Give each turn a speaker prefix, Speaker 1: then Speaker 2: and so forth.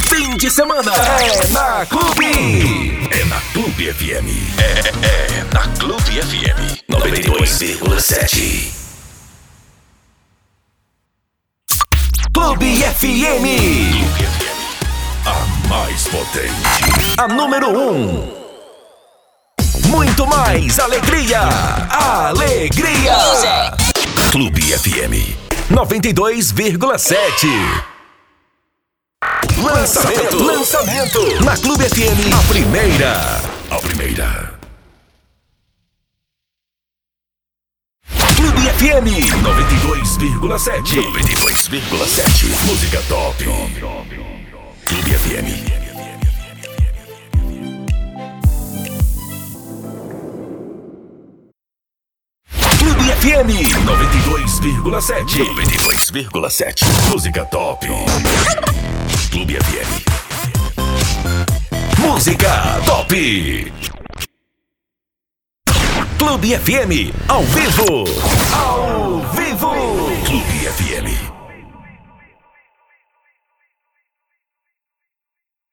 Speaker 1: Fim de semana é na Clube. É na Clube FM. É, é, é na Clube FM 92,7. Clube FM. A mais potente. A número 1. Um. Muito mais alegria. Alegria. Clube FM 92,7. Lançamento, lançamento na Clube FM. A primeira, a primeira. Clube FM 92,7. 92,7. Música top. Clube FM. Clube FM 92,7. 92,7. Música top. Clube FM. Música Top. Clube FM, ao vivo. Ao vivo. Clube FM.